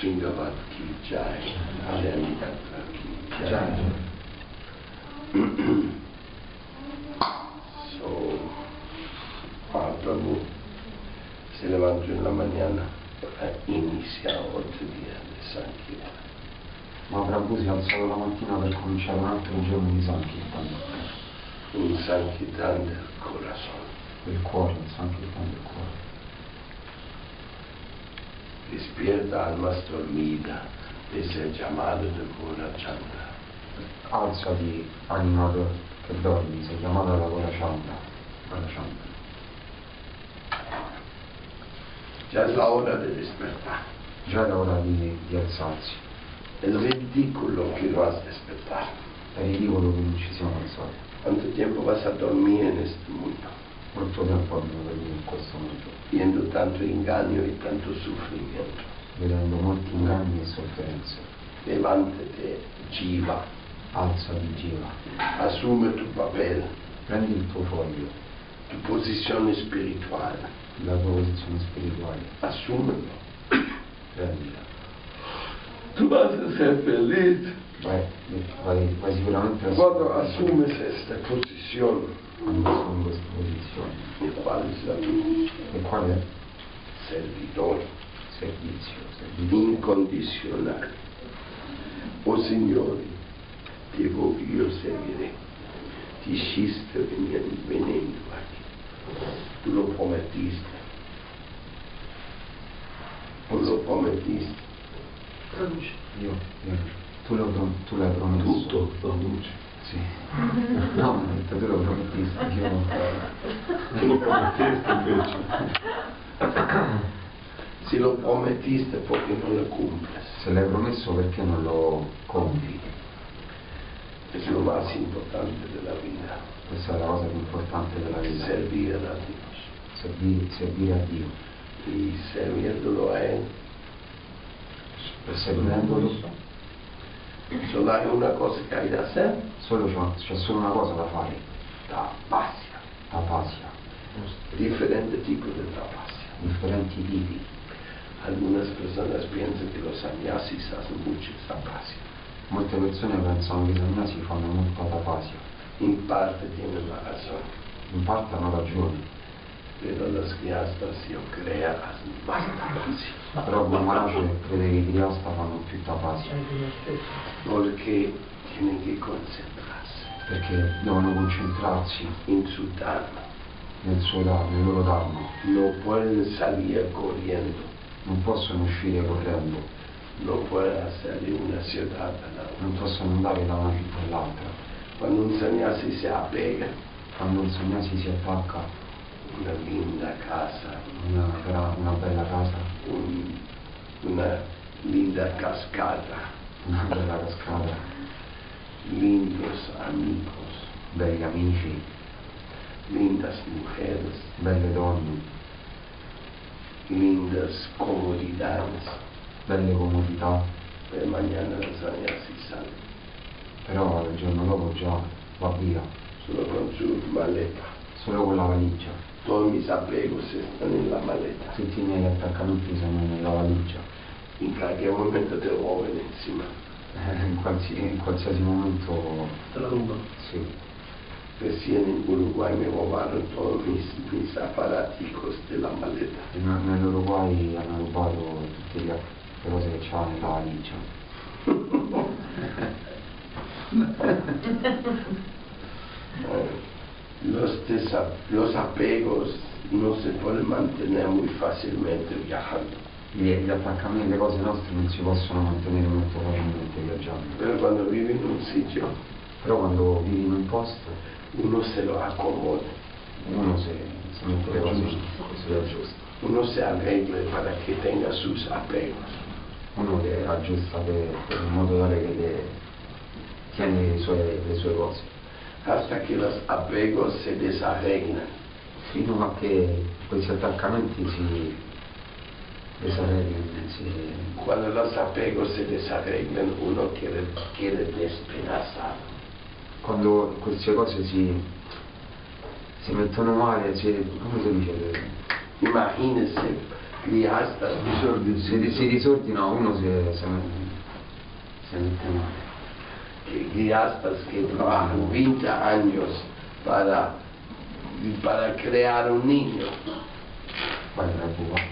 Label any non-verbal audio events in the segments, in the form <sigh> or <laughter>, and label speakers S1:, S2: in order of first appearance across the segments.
S1: Singhavat ki jai, Jandatta ki jai. So, Mahaprabhu se levantó en la mañana para iniciar otro día de Sankirtan.
S2: Mahaprabhu si è alzato la mattina per cominciare un altro giorno di Sankirtan,
S1: un Sankirtan del corazón.
S2: del cuore, il Sankirtan del cuore.
S1: Despierta almas dormidas, es el llamado de Gorachanda.
S2: Alzati, anima do- che dormi, sei chiamato alla Gorachanda. Gorachanda.
S1: Ya es la hora de despertar.
S2: Già è ora di, di alzarsi.
S1: Es ridículo que no has despertado.
S2: È ridicolo che non ci siamo alzati.
S1: ¿Cuánto tiempo vas a dormir en este mundo?
S2: Molto tempo abbiamo dormito in questo mondo,
S1: Viendo tanto engaño y tanto sufrimiento.
S2: vedendo molti inganni e sofferenze.
S1: Levántate, Jiva.
S2: Alzati, gira.
S1: Asume tu papel,
S2: Prendi il tuo foglio,
S1: tu posición espiritual.
S2: la tua posizione spirituale.
S1: Asúmelo.
S2: Prendila.
S1: Tú vas a ser feliz
S2: Vai, vai, vai sicuramente a
S1: cuando asumes esta posición.
S2: in questa posizione.
S1: ¿Y cuál es la tu
S2: E qual è?
S1: servidor?
S2: Servizio, servizio.
S1: incondicional. Oh Senhor, te vou e eu servirei. Dijiste venendo, venendo aqui. Tu lo prometiste. Tu lo prometiste.
S2: Io, io. Tu, l'ho prom- tu l'hai promesso.
S1: Tutto lo dice.
S2: Sì. <laughs> No, ma ho detto, tu lo promettesti, io
S1: Tu lo prometiste invece. Se lo promettiste perché non lo cumples.
S2: se l'hai promesso perché non lo compi?
S1: È lo más importante della vita.
S2: Questa è la cosa più importante della vita.
S1: Servire a Dio.
S2: Servire, servire a Dio.
S1: E servirlo a Él.
S2: E servendolo
S1: Solo hay una cosa que hay que hacer,
S2: solo c'è, c'è solo una cosa da fare,
S1: tapasia.
S2: tapasia,
S1: Diferente tipo de tapasia.
S2: differenti tipi.
S1: Algunas personas piensan que los sannyasis hacen mucha tapasia.
S2: Molte persone pensano che i sannyasi fanno molta tapasia.
S1: En parte tienen la razón,
S2: In parte hanno ragione,
S1: pero las criastas yo creo hacen más tapasia.
S2: però Maharaj crede che i Triasta fanno più tapasia,
S1: Porque tienen que concentrarse
S2: perché devono concentrarsi
S1: en su dharma.
S2: nel, suo, da- nel loro Dharma.
S1: No pueden salir corriendo,
S2: Non possono uscire correndo,
S1: no pueden hacer de una ciudad a la otra.
S2: non possono andare da una città all'altra.
S1: Cuando un sannyasi se apega
S2: Quando un sannyasi si attacca a
S1: a una linda casa,
S2: una, gra- una bella casa,
S1: un- una linda cascata,
S2: una bella cascata,
S1: lindos amigos,
S2: belli amici,
S1: lindas mujeres,
S2: belle donne,
S1: lindas comodidades.
S2: belle comodità,
S1: Pero mañana los así salen,
S2: però il giorno dopo già va via,
S1: solo con su maleta.
S2: solo con la valigia.
S1: Todos mis apegos están en la maleta.
S2: Tutti i miei attaccamenti sono nella valigia. <laughs>
S1: En cualquier momento te roben encima.
S2: Eh, In, qualsi- in qualsiasi momento sì.
S1: Recién en Uruguay me robaron todos mis, mis aparaticos de la maleta.
S2: In- Nell'Uruguay hanno rubato tutte le le cose che c'era nella valigia.
S1: Los, desa- los apegos no se pueden mantener muy fácilmente viajando.
S2: Gli, gli attaccamenti, le cose nostre non si possono mantenere molto facilmente viaggiando.
S1: Pero cuando vive en un sitio,
S2: Però quando vivi in un posto
S1: uno se lo acomoda,
S2: uno se, se mette le cose così al giusto.
S1: uno se arregle para que tenga sus apegos.
S2: Uno le aggiusta le- in modo tale che le, tiene le sue, le sue cose.
S1: Hasta que los apegos se desarreglan.
S2: Fino a che questi attaccamenti si desarreglino, si,
S1: Cuando los apegos se desarreglan, uno quiere, quiere despedazarlo.
S2: quando queste cose si, si mettono male, si, come si dice?
S1: Imagínese riasta, disordine.
S2: Si, ri- si disordina uno si, si, si mette male.
S1: que Guiastas pues, que trabajan 20 años para, para crear un niño.
S2: Guarda la buca.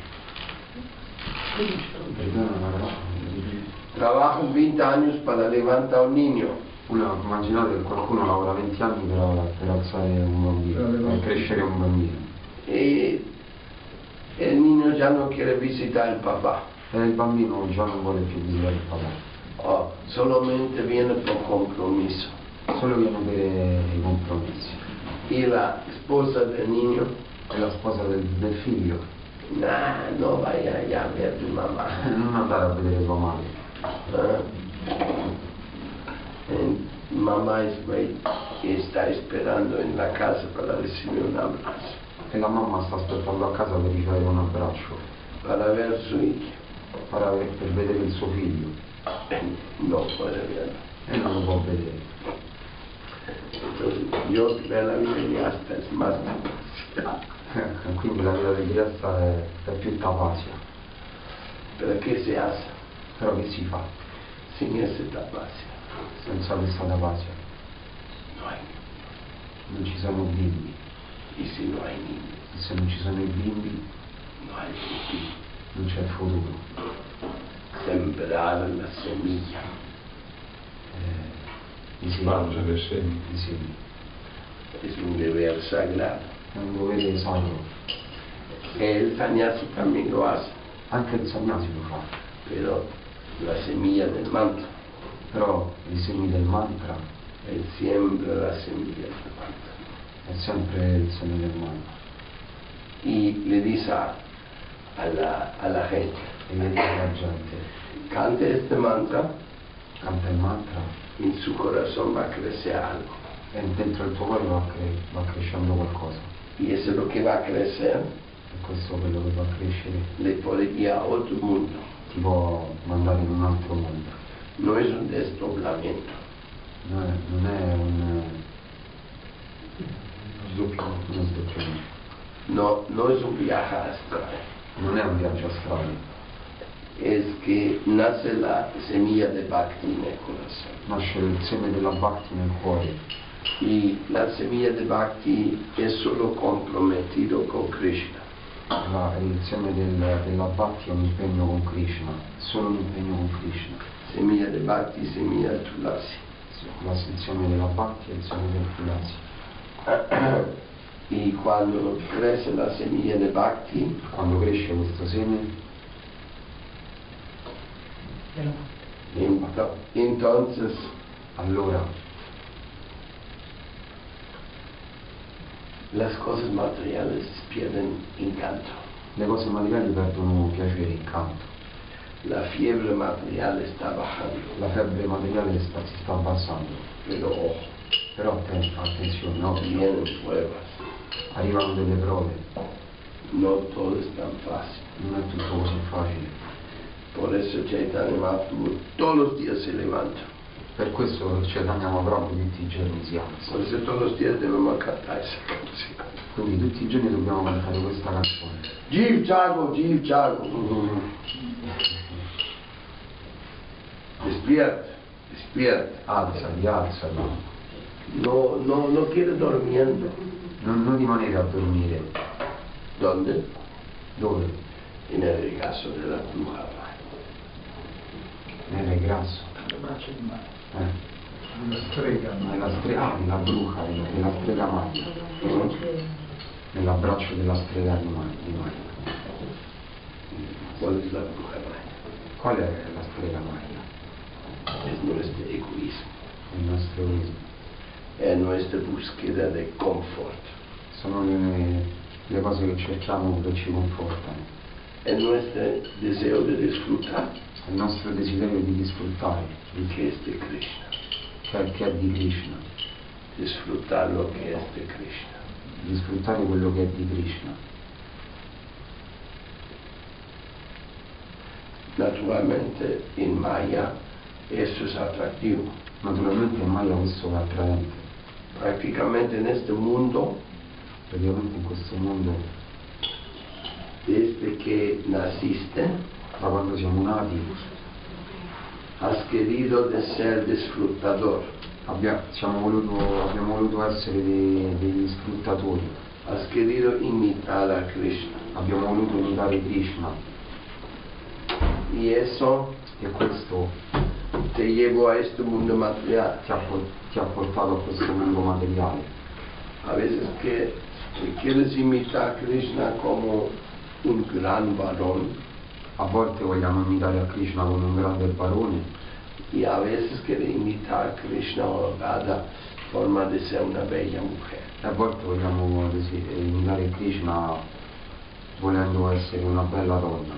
S2: Perdona, guarda.
S1: Trabajan 20 años para levantar un niño.
S2: Uno immaginate che qualcuno lavora 20 anni per, per alzare un bambino, per crescere un bambino.
S1: Y el niño ya no quiere visitar al papá.
S2: E il bambino già non vuole più visitare il papà,
S1: Oh, solamente viene por compromiso.
S2: solo viene per eh, i compromessi.
S1: Y la esposa del niño,
S2: E la sposa del, del figlio
S1: nah, no vaya allá a ver a tu mamá.
S2: non andare a vedere tua madre.
S1: Ah. Eh, Mamá es güey, que está esperando en la casa para recibir un abrazo,
S2: E la mamma sta aspettando a casa per ricevere un abbraccio,
S1: para ver su hijo.
S2: per, ave- per vedere il suo figlio.
S1: No puede verlo.
S2: E non lo può vedere. <laughs>
S1: Entonces, yo creo la vida y hasta es más difícil.
S2: Quindi la vita di Chiesa è, è più tapacia.
S1: Pero ¿qué se hace
S2: Però che si fa
S1: sin ese tapacio?
S2: senza questa tapacia?
S1: No hay.
S2: Non ci sono bimbi.
S1: Y si no hay niños,
S2: E se non ci sono i bimbi,
S1: no hay futuro.
S2: non c'è futuro.
S1: Sembrar la semilla.
S2: Eh, i segni.
S3: Spargere semi.
S2: I segni.
S1: Es un deber sagrado.
S2: È un dovere sacro.
S1: El sannyasi también lo hace,
S2: Anche il sannyasi lo fa.
S1: pero la semilla del manto.
S2: Però i segni del mantra
S1: Él siembra la semilla del manto.
S2: è sempre il segno del mantra.
S1: Y le dice a, a la, a la gente,
S2: E vedi che la gente
S1: cante este mantra,
S2: canta il mantra
S1: en su corazón va a crecer algo.
S2: e dentro il tuo cuore va, cre- va crescendo qualcosa.
S1: Y eso es lo que va a crecer,
S2: E questo è quello che va a crescere
S1: le puede guiar a otro mundo.
S2: ti può mandare in un altro mondo.
S1: No es un desdoblamiento,
S2: Non è, non è un,
S3: Sdoppio.
S2: uno sdoppiamento,
S1: no, no es un viaje astral.
S2: non è un viaggio astrale,
S1: Es que nace la semilla de Bhakti en el corazón.
S2: nasce il seme della Bhakti nel cuore
S1: Y la semilla de Bhakti es solo comprometido con Krishna.
S2: la- e il seme del- della Bhakti è un impegno con Krishna, solo un impegno con Krishna.
S1: Semilla de Bhakti, semilla de Tulasi.
S2: La sezione della Bhakti e il seme del Tulasi.
S1: Y cuando crece la semilla de Bhakti,
S2: Quando cresce questo seme,
S1: ento- entonces
S2: allora
S1: las cosas materiales pierden encanto.
S2: le cose materiali perdono piacere e incanto,
S1: La fiebre material está bajando,
S2: la febbre materiale sta- si sta abbassando.
S1: pero ojo,
S2: Però atten- attenzione, occhio,
S1: vienen pruebas.
S2: arrivano delle prove,
S1: No todo es tan fácil.
S2: non è tutto così facile.
S1: Por eso Chaitanya Mahaprabhu todos los días se levanta.
S2: Per questo ci andiamo proprio tutti i giorni si alza.
S1: Por eso todos los días debemos cantar esa canción.
S2: Quindi tutti i giorni dobbiamo cantare questa canzone.
S1: Jeev Chago, Jeev Chago. Despierta, despierta.
S2: Alzati, alzati.
S1: No, no, no quiere durmiendo.
S2: Non, non rimanere a dormire.
S1: ¿Dónde?
S2: Dove?
S1: En el regazo de la bruja.
S2: Nel regrasso. Eh, nella strega, nella bruca, nella, nella strega magna. Nell'abbraccio della strega di ma- di magna.
S1: ¿Cuál es la bruja? Maya?
S2: Qual è la strega magna?
S1: Es nuestro egoísmo,
S2: Il nostro egoismo.
S1: es nuestra búsqueda de confort,
S2: Sono le, le cose che cerchiamo che ci confortano.
S1: es nuestro deseo de disfrutar,
S2: È il nostro desiderio di disfruttare,
S1: que es de Krishna,
S2: cioè che è di Krishna.
S1: disfrutar lo que es de Krishna.
S2: di sfruttare quello che è di Krishna.
S1: Naturalmente en Maya eso es atractivo.
S2: Naturalmente mai questo è attraente,
S1: Prácticamente en este mundo
S2: praticamente in questo mondo
S1: desde que naciste,
S2: da quando siamo nati,
S1: has querido de ser disfrutador,
S2: abbia- siamo voluto- abbiamo voluto essere de- degli sfruttatori,
S1: has querido imitar a Krishna.
S2: abbiamo voluto imitare Krishna
S1: Y eso
S2: e questo
S1: te llevó a este mundo material.
S2: ti ha, por- ti ha portato a questo mondo materiale.
S1: A veces que que quieres imitar a Krishna como un gran varón
S2: A volte vogliamo imitare a Krishna come un grande barone
S1: y a veces quieres imitar a Krishna o Radha forma de ser una bella mujer.
S2: e a volte vogliamo desi- eh, imitare Krishna volendo essere una bella donna.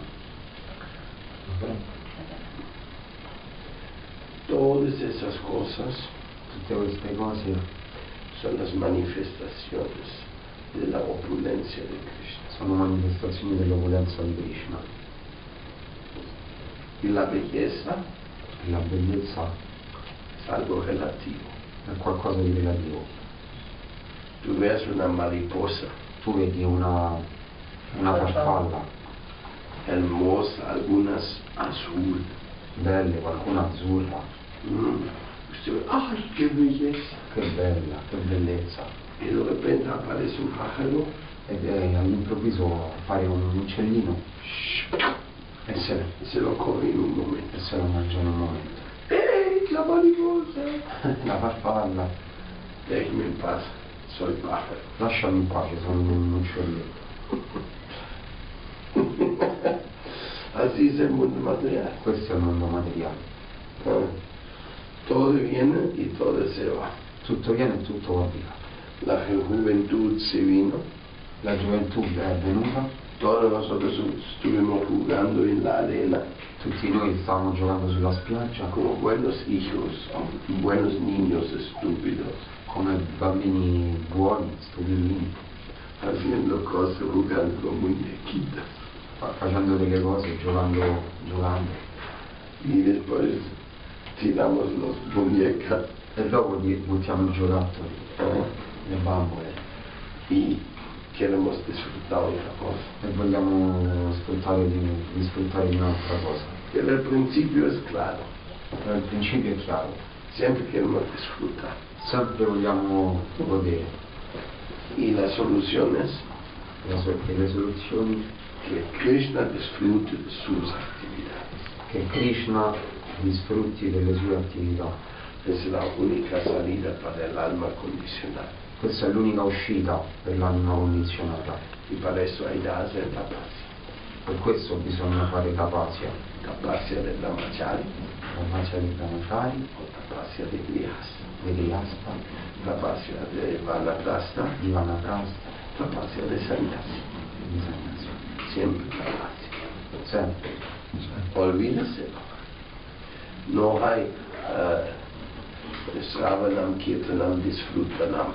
S1: Todas esas cosas
S2: Tutte queste cose
S1: son las manifestaciones de la opulencia de Krishna.
S2: sono manifestazioni dell'opulenza di Krishna.
S1: Y la belleza
S2: E la bellezza
S1: es algo relativo.
S2: è qualcosa di relativo.
S1: Tú ves una mariposa
S2: Tu vedi una, una farfalla,
S1: hermosa, algunas azul.
S2: belle, qualcuna azzurra,
S1: Mm. Usted ve, ¡ay, qué belleza!
S2: che bella, che bellezza.
S1: Y de repente aparece un pájaro
S2: Ed è all'improvviso fare un uccellino e se,
S1: y se lo come en un momento.
S2: e se lo mangia in un momento. <laughs>
S1: ¡Ey, la mariposa!
S2: La farfalla,
S1: Déjeme en paz, soy pájaro. <laughs>
S2: lasciami in pace, sono un uccellino.
S1: Así es el mundo material.
S2: Questo è il mondo materiale.
S1: ¿no? Todo viene y todo se va.
S2: Tutto viene e tutto va via.
S1: La juventud se vino.
S2: La gioventù è venuta,
S1: Todos nosotros estuvimos jugando en la arena
S2: tutti noi stavamo giocando sulla spiaggia
S1: como buenos hijos, buenos niños estúpidos,
S2: come bambini buoni, stupidini,
S1: haciendo cosas, jugando con muñequitas.
S2: fa- facendo delle cose, giocando, giocando.
S1: Y después tiramos las muñecas
S2: E dopo gli buttiamo i giocattoli,
S1: ¿no?
S2: le bambole
S1: y queremos disfrutar otra cosa.
S2: e vogliamo sfruttare di, di sfruttare di un'altra cosa.
S1: Pero el principio es claro,
S2: Però il principio è chiaro,
S1: siempre queremos disfrutar.
S2: sempre vogliamo godere
S1: Y la solución es
S2: la so- e le soluzioni
S1: que Krishna disfrute de sus actividades.
S2: che Krishna disfrutti delle sue attività.
S1: Es la única salida para el alma condicional.
S2: Questa è l'unica uscita per l'anima condizionata.
S1: Y para eso hay que hacer tapasia.
S2: Per questo bisogna fare tapasia,
S1: Tapasia de brahmachari
S2: tapasia dei brahmachari,
S1: o tapasia de grihas.
S2: degli asta,
S1: Tapasia de vanaprastha,
S2: di vanaprasta,
S1: tapasia de sannyasi.
S2: di sannyasi.
S1: Siempre tapasia.
S2: Sempre.
S1: Olvídese. No hay eh, Sravanam, Kirtanam, Disfrutanam.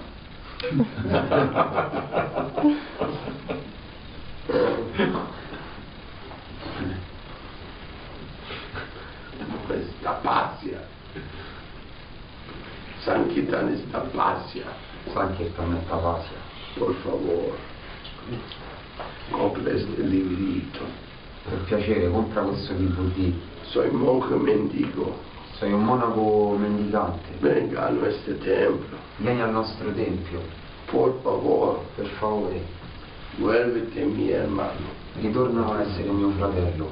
S1: Es tapasia. Sankirtan es tapasia.
S2: Sankirtan e tapasia.
S1: Por favor, compre este librito.
S2: Per piacere, compra questo DVD.
S1: Soy monje mendigo.
S2: Sei un monaco mendicante.
S1: Venga a nuestro templo.
S2: Vieni al nostro tempio,
S1: Por favor,
S2: per favore.
S1: vuélvete mi hermano.
S2: Ritorna a essere mio fratello.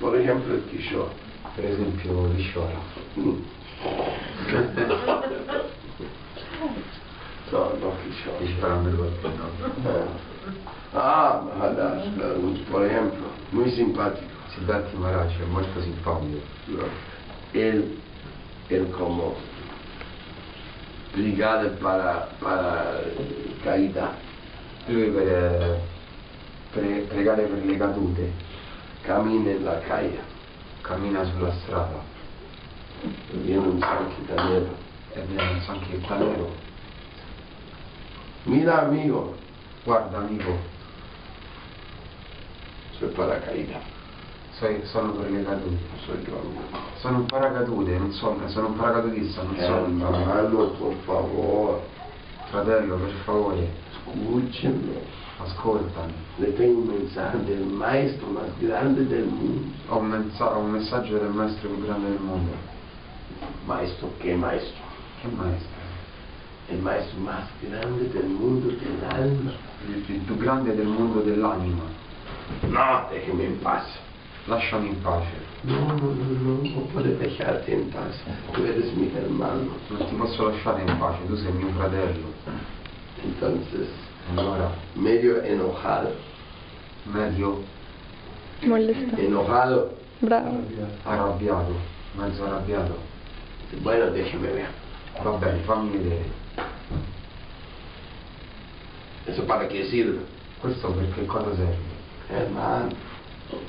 S1: Por ejemplo, el Kishore.
S2: Per esempio, Visciora.
S1: Mm. No, no Kishore.
S2: Visciora per qualcuno.
S1: Eh. Ah, Maharaj, eh, por ejemplo, muy simpático.
S2: Siddharthi Maharaj è molto simpatico.
S1: No. Él, él como brigada para, para caída,
S2: Lui per, pre- pregare per le cadute
S1: camina en la calle.
S2: cammina sulla strada
S1: Viene un sanquitanero.
S2: e viene un sankirtanero.
S1: Mira, amigo,
S2: Guarda amico,
S1: soy para caída.
S2: so- sono per le cadute.
S1: Soy yo, amigo.
S2: Sono un paracadute, non so, sono un paracadutista, non
S1: Eh,
S2: sono un paracadute.
S1: Hermano, por favor,
S2: Fratello, per favore,
S1: escúcheme.
S2: ascoltami.
S1: Le tengo un mensaje del maestro más grande del mundo.
S2: Ho un, mensa- ho un messaggio del maestro più grande del mondo.
S1: Maestro, ¿qué maestro?
S2: Che maestro?
S1: El maestro más grande del mundo del alma.
S2: Il, il più grande del mondo dell'anima.
S1: No, déjeme en paz.
S2: Lasciami in pace.
S1: No, no, no, no, no puedes dejarte en paz. Tú eres mi hermano.
S2: Non ti posso lasciare in pace, tu sei mio fratello.
S1: Entonces,
S2: Allora,
S1: medio enojado.
S2: meglio
S3: Molesta.
S1: Enojado.
S3: Bravo.
S2: arrabbiato, mezzo arrabbiato.
S1: Bueno, déjeme ver.
S2: Va bene, fammi vedere.
S1: ¿Eso para qué sirve?
S2: Questo perché cosa serve?
S1: Hermano,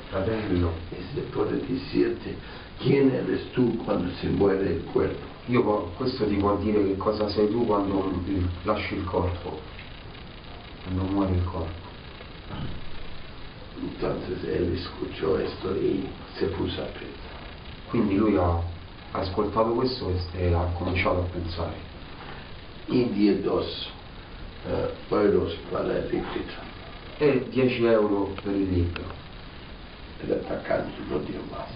S2: Fratello,
S1: ese puede decirte quién eres tú cuando se muere el cuerpo.
S2: io po- questo ti può dire che cosa sei tu quando il- lasci il corpo, quando muore il corpo.
S1: Entonces él escuchó esto y se puso a pensar.
S2: Quindi lui ha ascoltato questo e s- e ha cominciato a pensare.
S1: Y dio dos eh, euros para el librito.
S2: E 10 euro per il libro.
S1: El atacante no dio más.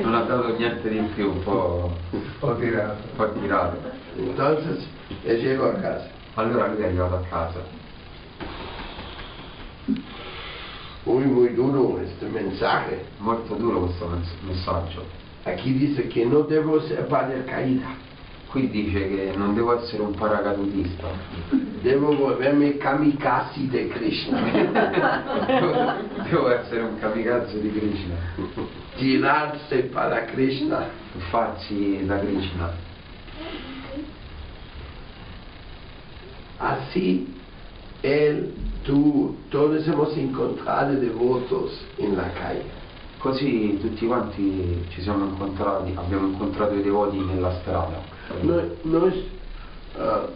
S2: non ha dato niente di più, <laughs> un po',
S4: Ho tirato.
S2: un po' tirato.
S1: Entonces él llegó a casa.
S2: Allora lui è arrivato a casa.
S1: Muy, muy duro este mensaje.
S2: Molto duro questo mens- messaggio.
S1: Aquí dice que no debo ser paracaída.
S2: Qui dice che non devo essere un <laughs> paracadutista,
S1: Debo volverme kamikaze de Krishna.
S2: devo essere un kamikaze di Krishna.
S1: Tirarse para Krishna.
S2: Farsi da Krishna.
S1: Así él, tú, todos hemos encontrado devotos en la calle.
S2: Così tutti quanti ci siamo incontrati, abbiamo incontrato i devoti nella strada.
S1: No, no es. ah,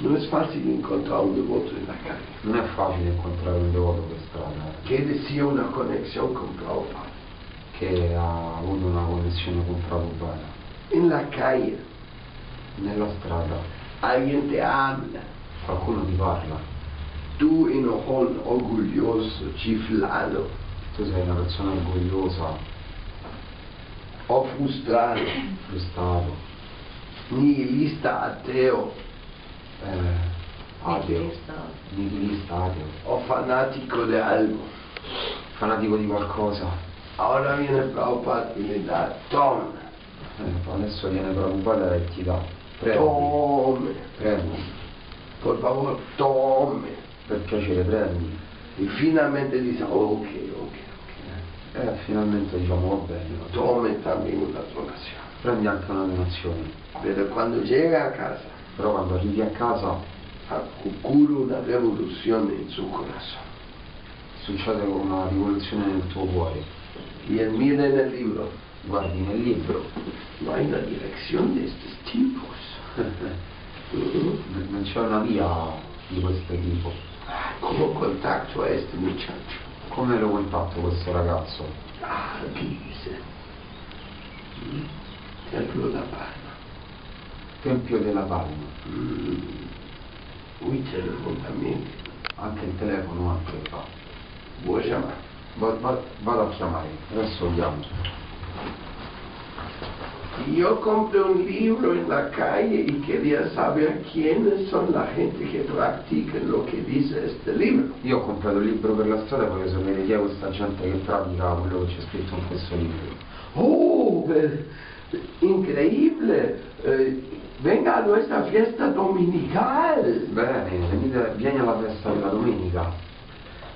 S1: no es fácil encontrar un devoto en la calle.
S2: Non è facile incontrare un devoto per strada eh,
S1: Que decía una conexión con Prabhupada.
S2: che ha avuto una connessione con Prabhupada.
S1: En la calle
S2: Nella strada
S1: alguien te habla.
S2: qualcuno ti parla,
S1: Tú enojón, orgulloso, chiflado
S2: tu sei una persona orgogliosa,
S1: o frustrado,
S2: frustrato,
S1: nihilista, ateo
S2: eh, ateo, nihilista, ateo,
S1: o fanático de algo.
S2: fanatico di qualcosa.
S1: Ahora viene Prabhupada y le da, toma.
S2: Eh, adesso viene preoccupata e ti dà. Prendi,
S1: Tome,
S2: prendi,
S1: por favor, tome.
S2: per piacere prendi.
S1: Y finalmente dice, ok, ok,
S2: E finalmente diciamo va bene, va bene.
S1: tome también una donación.
S2: prendi anche una donazione.
S1: Pero cuando llega a casa,
S2: Però quando arrivi a casa
S1: ocurre una revolución en su corazón.
S2: succede una rivoluzione nel tuo cuore.
S1: Y él mira en el libro,
S2: Guardi nel libro,
S1: no hay una dirección de estos tipos. <laughs> ¿Mm?
S2: n- non c'è una via di questo tipo.
S1: Ah, ¿Cómo contacto a este muchacho?
S2: Come lo contatto questo ragazzo?
S1: Ah, aquí dice, ¿Mm? templo de la palma.
S2: Tempio della Palma.
S1: Mm. Uy, teléfono también.
S2: Anche il telefono anche fa.
S1: Voy a llamar.
S2: Va- va- vado a chiamare, adesso andiamo.
S1: Y Yo compré un libro en la calle y quería saber quiénes son la gente que practica lo que dice este libro.
S2: Io ho comprato il libro per la strada e voglio sapere chi è questa gente che pratica quello che c'è scritto in questo libro.
S1: ¡Oh! eh, increíble. Eh, venga a nuestra fiesta dominical.
S2: Bene, venite, vieni alla festa della domenica.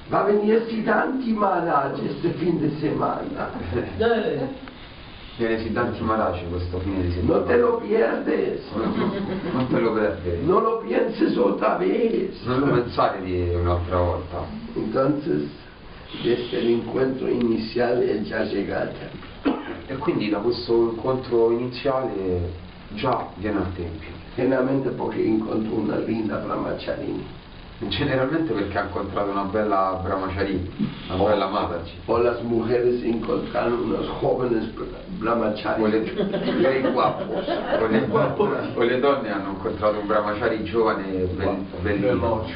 S1: Va a venir Siddhanti Maharaj este fin de semana.
S2: Viene Siddhanti Maraci questo fine di
S1: No
S2: settimana.
S1: te lo pierdes.
S2: Non te lo perdere.
S1: No lo pienses otra vez.
S2: Non lo pensare di un'altra volta.
S1: Entonces, desde el encuentro inicial, él ya llega al templo.
S2: E quindi da questo incontro iniziale già viene al tempio.
S1: Generalmente porque encontró una linda brahmacharini.
S2: Generalmente perché ha incontrato una bella bramaciarina, una
S1: Oh.
S2: bella matarci.
S1: O las mujeres encontraron unos jóvenes brahmachari.
S2: O le, lei guapo, o le, o le donne hanno incontrato un bramaciari giovane e be- bellino.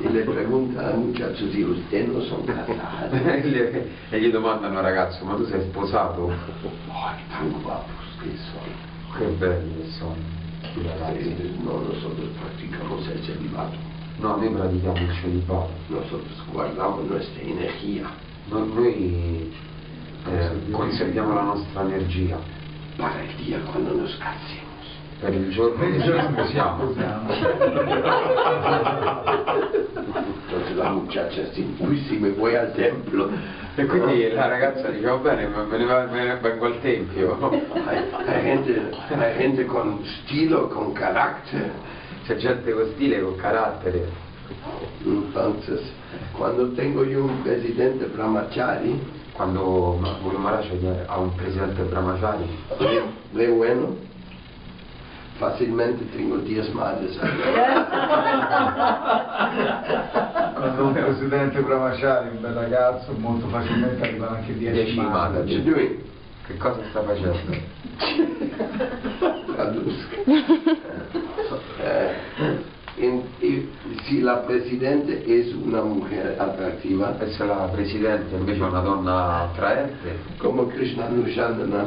S1: Y le preguntan al muchacho si usted no son casados.
S2: <laughs> e gli- e gli domandano ragazzo ma tu sei sposato?
S1: Ay, tan guapos que son.
S2: Che belli che sono. i ragazzi.
S1: No, nosotros practicamos el celibato.
S2: No, noi pratichiamo il celibato.
S1: Nosotros guardamos nuestra energía
S2: No- noi eh, conserviamo la nostra energia
S1: para el día cuando nos casemos.
S2: per il giorno che ci sposiamo.
S1: Entonces la muchacha dice, uy, si me voy al templo.
S2: E quindi la ragazza dice va bene, ma me ne, va- me ne vengo al <laughs> tempio.
S1: Hay, hay gente, hay gente con estilo, con carácter.
S2: C'è gente con stile, con carattere.
S1: Entonces, cuando tengo yo un presidente brahmachari,
S2: Quando Ma- Guru Maharaj ha un presidente brahmachari,
S1: de bueno, fácilmente tengo 10 madres.
S4: Quando un presidente bravaciale, un bel ragazzo, molto facilmente arrivano anche 10
S2: Dieci
S1: What
S2: madri.
S4: madri.
S1: you doing?
S2: che cosa sta facendo?
S1: Traduzca. Eh, en- y si la presidente es una mujer atractiva,
S2: E se la presidente invece è una donna attraente,
S1: como Krishna Nushandana,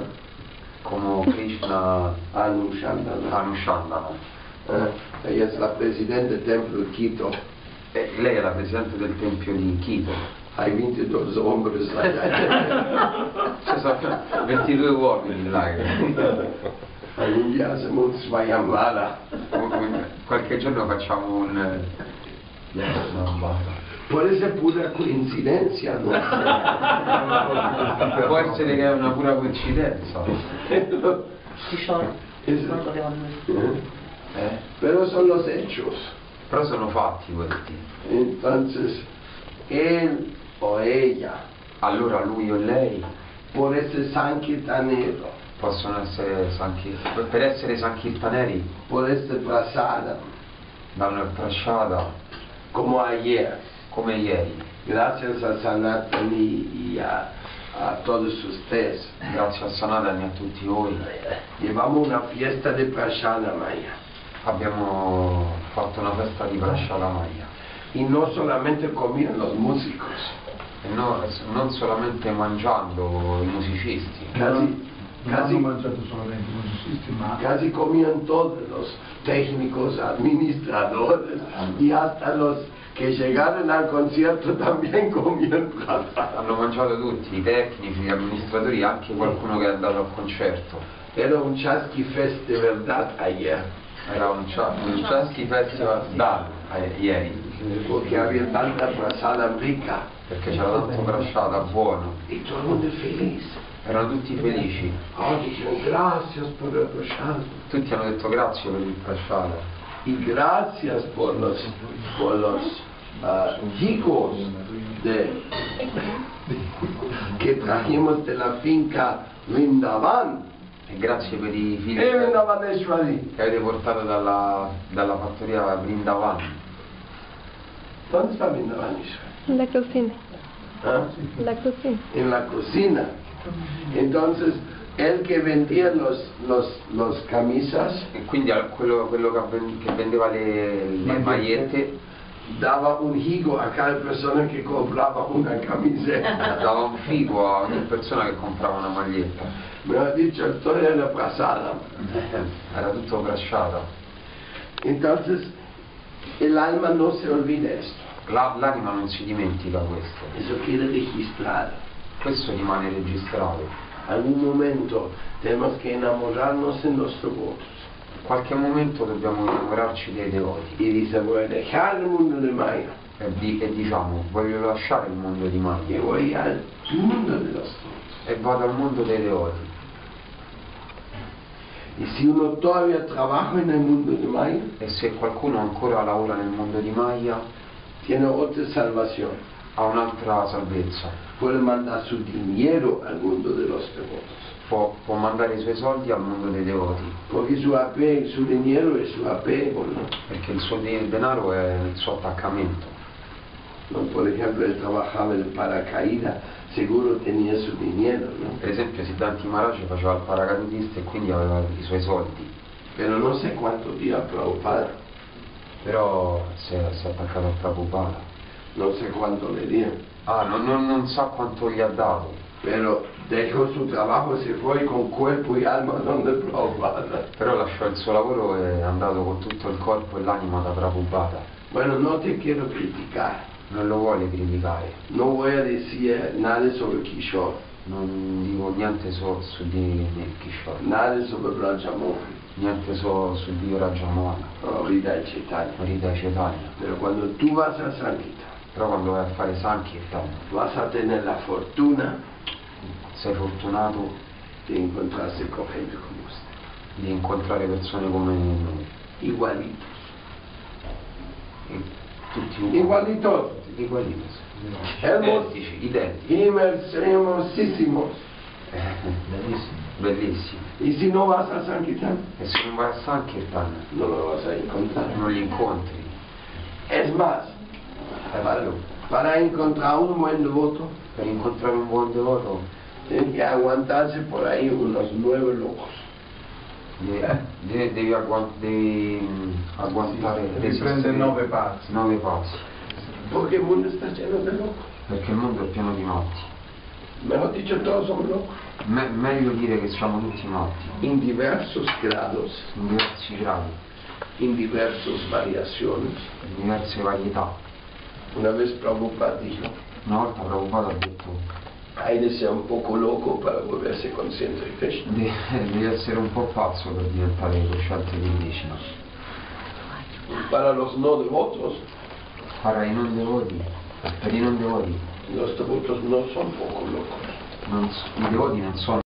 S2: come Krishna
S1: Anushandana,
S2: Anushandana,
S1: eh, ella es la presidente del templo de Quito,
S2: e lei è la presidente del tempio di Quito.
S1: hay 22 hombres <laughs> allá.
S2: Ci <laughs> sono 22 uomini là. che- <laughs>
S1: Un día hacemos un Swayamvara.
S2: un- un- Qualche giorno facciamo un... eh, no, basta.
S1: Puede ser pura coincidencia, ¿no?
S4: Cioè,
S2: Può essere che è una pura coincidenza.
S5: ci sono,
S1: Es-
S5: non dovevano essere.
S2: eh?
S1: Pero son los hechos.
S2: Però sono fatti questi.
S1: Entonces, él o ella,
S2: Allora lui o lei
S1: por ese sankirtanero,
S2: possono essere sankirtaneri. Per essere sankirtaneri
S1: por ese prasada,
S2: vanno trasciata
S1: como ayer,
S2: come ieri.
S1: gracias a Sanatani y a, a todos ustedes,
S2: Grazie a Sanatani e a tutti voi.
S1: llevamos una fiesta de prasada maya.
S2: Abbiamo fatto una festa di Prasciata Maya.
S1: Y no solamente comían los músicos,
S2: E no- non solamente mangiando i musicisti,
S1: casi,
S4: Non hanno
S1: casi
S4: mangiato solamente i musicisti, ma
S1: Casi comían todos los técnicos, administradores y hasta los que llegaron al concierto también comían plata.
S2: hanno mangiato tutti, i tecnici, gli amministratori, anche qualcuno che è andato al concerto.
S1: Era un chasqui fest de verdad ayer,
S2: Era un, cia- un Chaschi Festival da eh, ieri,
S1: porque había tanta frazada rica
S2: perché c'era tanto Prasciata, buono.
S1: y todo el mundo feliz.
S2: Erano tutti felici,
S1: Ahora dijeron gracias por el prasada
S2: tutti hanno detto grazie per il Prasciata.
S1: y gracias por los, por los ah, chicos de, que trajimos de la finca Vrindavan.
S2: E grazie per i figli
S1: E
S2: che
S1: Vrindavaneshwari.
S2: che avete portato dalla, dalla fattoria Brindavan.
S1: ¿Dónde está Vrindavaneshwari?
S3: La cocina,
S1: ¿Ah?
S3: la cocina.
S1: En la cocina. Entonces, el que vendía los, los, los camisas
S2: E quindi al- quello, quello che, ven- che vendeva le, le magliette
S1: daba un higo a cada persona que compraba una camiseta. <laughs>
S2: dava un figo a ogni persona che comprava una maglietta.
S1: Me lo ha dicho esto era la pasada.
S2: Era tutto Prasciata.
S1: Entonces, el alma no se olvida esto.
S2: La- l'anima non si dimentica questo,
S1: Eso quiere registrar.
S2: questo rimane registrato.
S1: Algún momento tenemos que enamorarnos en nuestros votos.
S2: In qualche momento dobbiamo innamorarci dei devoti
S1: Y dice, voy a dejar el mundo de Maya
S2: e, di- e diciamo voglio lasciare il mondo di
S1: y
S2: Maya
S1: voy al mundo de los votos.
S2: e vado al mondo dei devoti.
S1: Y si uno todavía trabaja en el mundo de Maya,
S2: E se qualcuno ancora lavora nel mondo di Maya
S1: tiene otra salvación.
S2: ha un'altra salvezza,
S1: Puede mandar su dinero al mundo de los devotos.
S2: può, può mandare i suoi soldi al mondo dei devoti,
S1: Pochi su AP, su Liniero e su Apevolo.
S2: perché il suo di- il denaro è il suo attaccamento.
S1: ¿no? Por ejemplo, él trabajaba en el paracaídas, seguro tenía su dinero, ¿no?
S2: Per esempio Siddhanti Maharaj faceva il paracadutista e quindi aveva i suoi soldi,
S1: Pero no sé cuántos días Prabhupada,
S2: però si è, si è attaccato a Prabhupada.
S1: no sé cuánto le dieron,
S2: Ah, non, non- non sa quanto gli ha dato,
S1: pero dejó su trabajo, se fue con cuerpo y alma <laughs> donde Prabhupada.
S2: però lasciò il suo lavoro e è andato con tutto il corpo e l'anima da Prabhupada.
S1: Bueno, no te quiero criticar,
S2: Non lo vuole criticare,
S1: no voy a decir nada sobre Kishore,
S2: non dico niente so- su di di Kishore,
S1: nada sobre Brajamohan,
S2: niente so- su di Rajamohan,
S1: o Vida de Chaitanya.
S2: Rita Cetania.
S1: Pero cuando tú vas a Sankita,
S2: Però quando vai a fare Sankirtan
S1: vas a tener la fortuna
S2: sei fortunato
S1: de encontrarse con gente como usted,
S2: di incontrare persone come noi,
S1: igualito,
S2: tutti uguali.
S1: igualito.
S2: Igualiti.
S1: Elmo-
S2: Identici, identici.
S1: Himmels, hermosísimos.
S4: Bellissimo.
S2: Bellissimi.
S1: Y si no vas a San Quintán,
S2: E se non vai a Sankirtan
S1: no lo vas a encontrar.
S2: non li incontri.
S1: Es más, para, para encontrar un buen devoto,
S2: Per incontrare un buon devoto
S1: tiene que aguantarse por ahí unos nueve locos.
S4: Eh.
S2: de- de- devi, agguan- devi, mm, aguantare
S4: Devi prendere nove pazzi.
S2: nove passi.
S1: Porque el mundo está lleno de locos.
S2: Perché il mondo è pieno di matti.
S1: Mejor dicho, todos son locos.
S2: Me- meglio dire che siamo tutti matti,
S1: En diversos grados,
S2: in diversi gradi,
S1: en diversas variaciones.
S2: in diverse varietà.
S1: Una vez Prabhupada dijo,
S2: Una volta Prabhupada ha detto
S1: hay de ser un poco loco para volverse consciente de Krishna.
S2: "De- devi eh, essere un po' pazzo per diventare cosciente di Krishna.
S1: Para los no devotos,
S2: Para i non devoti, per i non devoti
S1: los devotos no son poco locos.
S2: non s- i devoti non sono